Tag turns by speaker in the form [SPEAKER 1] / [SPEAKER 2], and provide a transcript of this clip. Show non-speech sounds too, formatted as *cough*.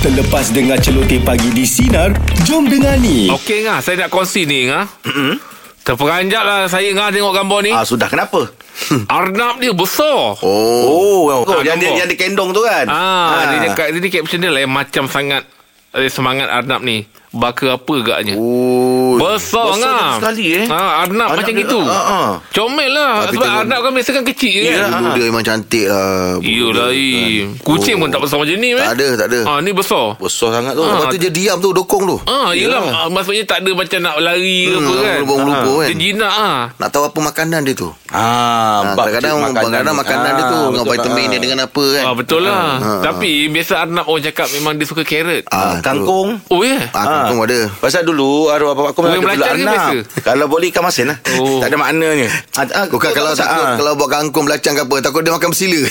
[SPEAKER 1] Terlepas dengar celoteh pagi di Sinar, jom dengar ni.
[SPEAKER 2] Okey ngah, saya nak kongsi ni ngah. Terperanjat lah saya ngah tengok gambar ni.
[SPEAKER 3] Ah sudah kenapa?
[SPEAKER 2] Arnab dia besar.
[SPEAKER 3] *laughs* Oh, oh,
[SPEAKER 2] Ah,
[SPEAKER 3] yang, dia,
[SPEAKER 2] nombor.
[SPEAKER 3] yang dikendong tu kan.
[SPEAKER 2] Ah, dia dekat dia dekat macam ni lah yang macam sangat eh, semangat Arnab ni. Baka apa agaknya.
[SPEAKER 3] Oh.
[SPEAKER 2] Besar,
[SPEAKER 3] besar
[SPEAKER 2] ngah.
[SPEAKER 3] dia sekali eh.
[SPEAKER 2] Ha, Arnab,
[SPEAKER 3] Arnab
[SPEAKER 2] macam
[SPEAKER 3] dia-
[SPEAKER 2] gitu.
[SPEAKER 3] ah, ah.
[SPEAKER 2] Comel lah.
[SPEAKER 3] Tapi
[SPEAKER 2] sebab
[SPEAKER 3] tengok-
[SPEAKER 2] Arnab kan biasa kan kecil kan.
[SPEAKER 3] Yelah.
[SPEAKER 4] Bulu dia memang cantik
[SPEAKER 3] ah.
[SPEAKER 4] lah Bulu
[SPEAKER 2] Iyalah,
[SPEAKER 4] dia
[SPEAKER 2] i.
[SPEAKER 4] kan.
[SPEAKER 2] Kucing
[SPEAKER 4] Oh.
[SPEAKER 2] pun tak besar macam ni.
[SPEAKER 4] Tak
[SPEAKER 2] eh.
[SPEAKER 4] ada, tak ada.
[SPEAKER 2] Ah, ni besar.
[SPEAKER 4] Besar sangat tu
[SPEAKER 2] Ah.
[SPEAKER 4] Lepas tu dia diam tu Dokong tu
[SPEAKER 2] Ah, yelah. Ah, maksudnya tak ada macam nak lari ke
[SPEAKER 4] Hmm,
[SPEAKER 2] apa kan.
[SPEAKER 4] lupa-lupa
[SPEAKER 2] Ah,
[SPEAKER 4] kan.
[SPEAKER 2] Dia jinak ah.
[SPEAKER 4] Nak tahu apa makanan dia tu
[SPEAKER 3] Ah, bab
[SPEAKER 4] Ah, Kadang-kadang
[SPEAKER 3] cik
[SPEAKER 4] makanan, kadang makanan dia tu
[SPEAKER 3] Ah,
[SPEAKER 4] Dengan
[SPEAKER 3] betul
[SPEAKER 4] vitamin
[SPEAKER 3] lah.
[SPEAKER 4] dia dengan apa kan
[SPEAKER 2] Ah, betul lah.
[SPEAKER 4] Ha, ha.
[SPEAKER 2] Tapi biasa Arnab orang cakap memang dia suka carrot.
[SPEAKER 4] Ah, tu.
[SPEAKER 3] Kangkung.
[SPEAKER 2] Oh ya.
[SPEAKER 4] Ah, kangkung ada
[SPEAKER 3] Pasal dulu arwah bapak aku memang
[SPEAKER 2] Orang
[SPEAKER 3] ada bulat
[SPEAKER 2] Belacan ke
[SPEAKER 3] anak.
[SPEAKER 2] biasa?
[SPEAKER 3] Kalau boleh ikan masin lah.
[SPEAKER 2] Oh.
[SPEAKER 3] Tak ada maknanya. Ah, ah,
[SPEAKER 4] Bukan
[SPEAKER 3] kau
[SPEAKER 4] kalau
[SPEAKER 3] tak-
[SPEAKER 4] takut
[SPEAKER 3] ah.
[SPEAKER 4] Kalau buat kangkung belacan ke apa Takut dia makan bersila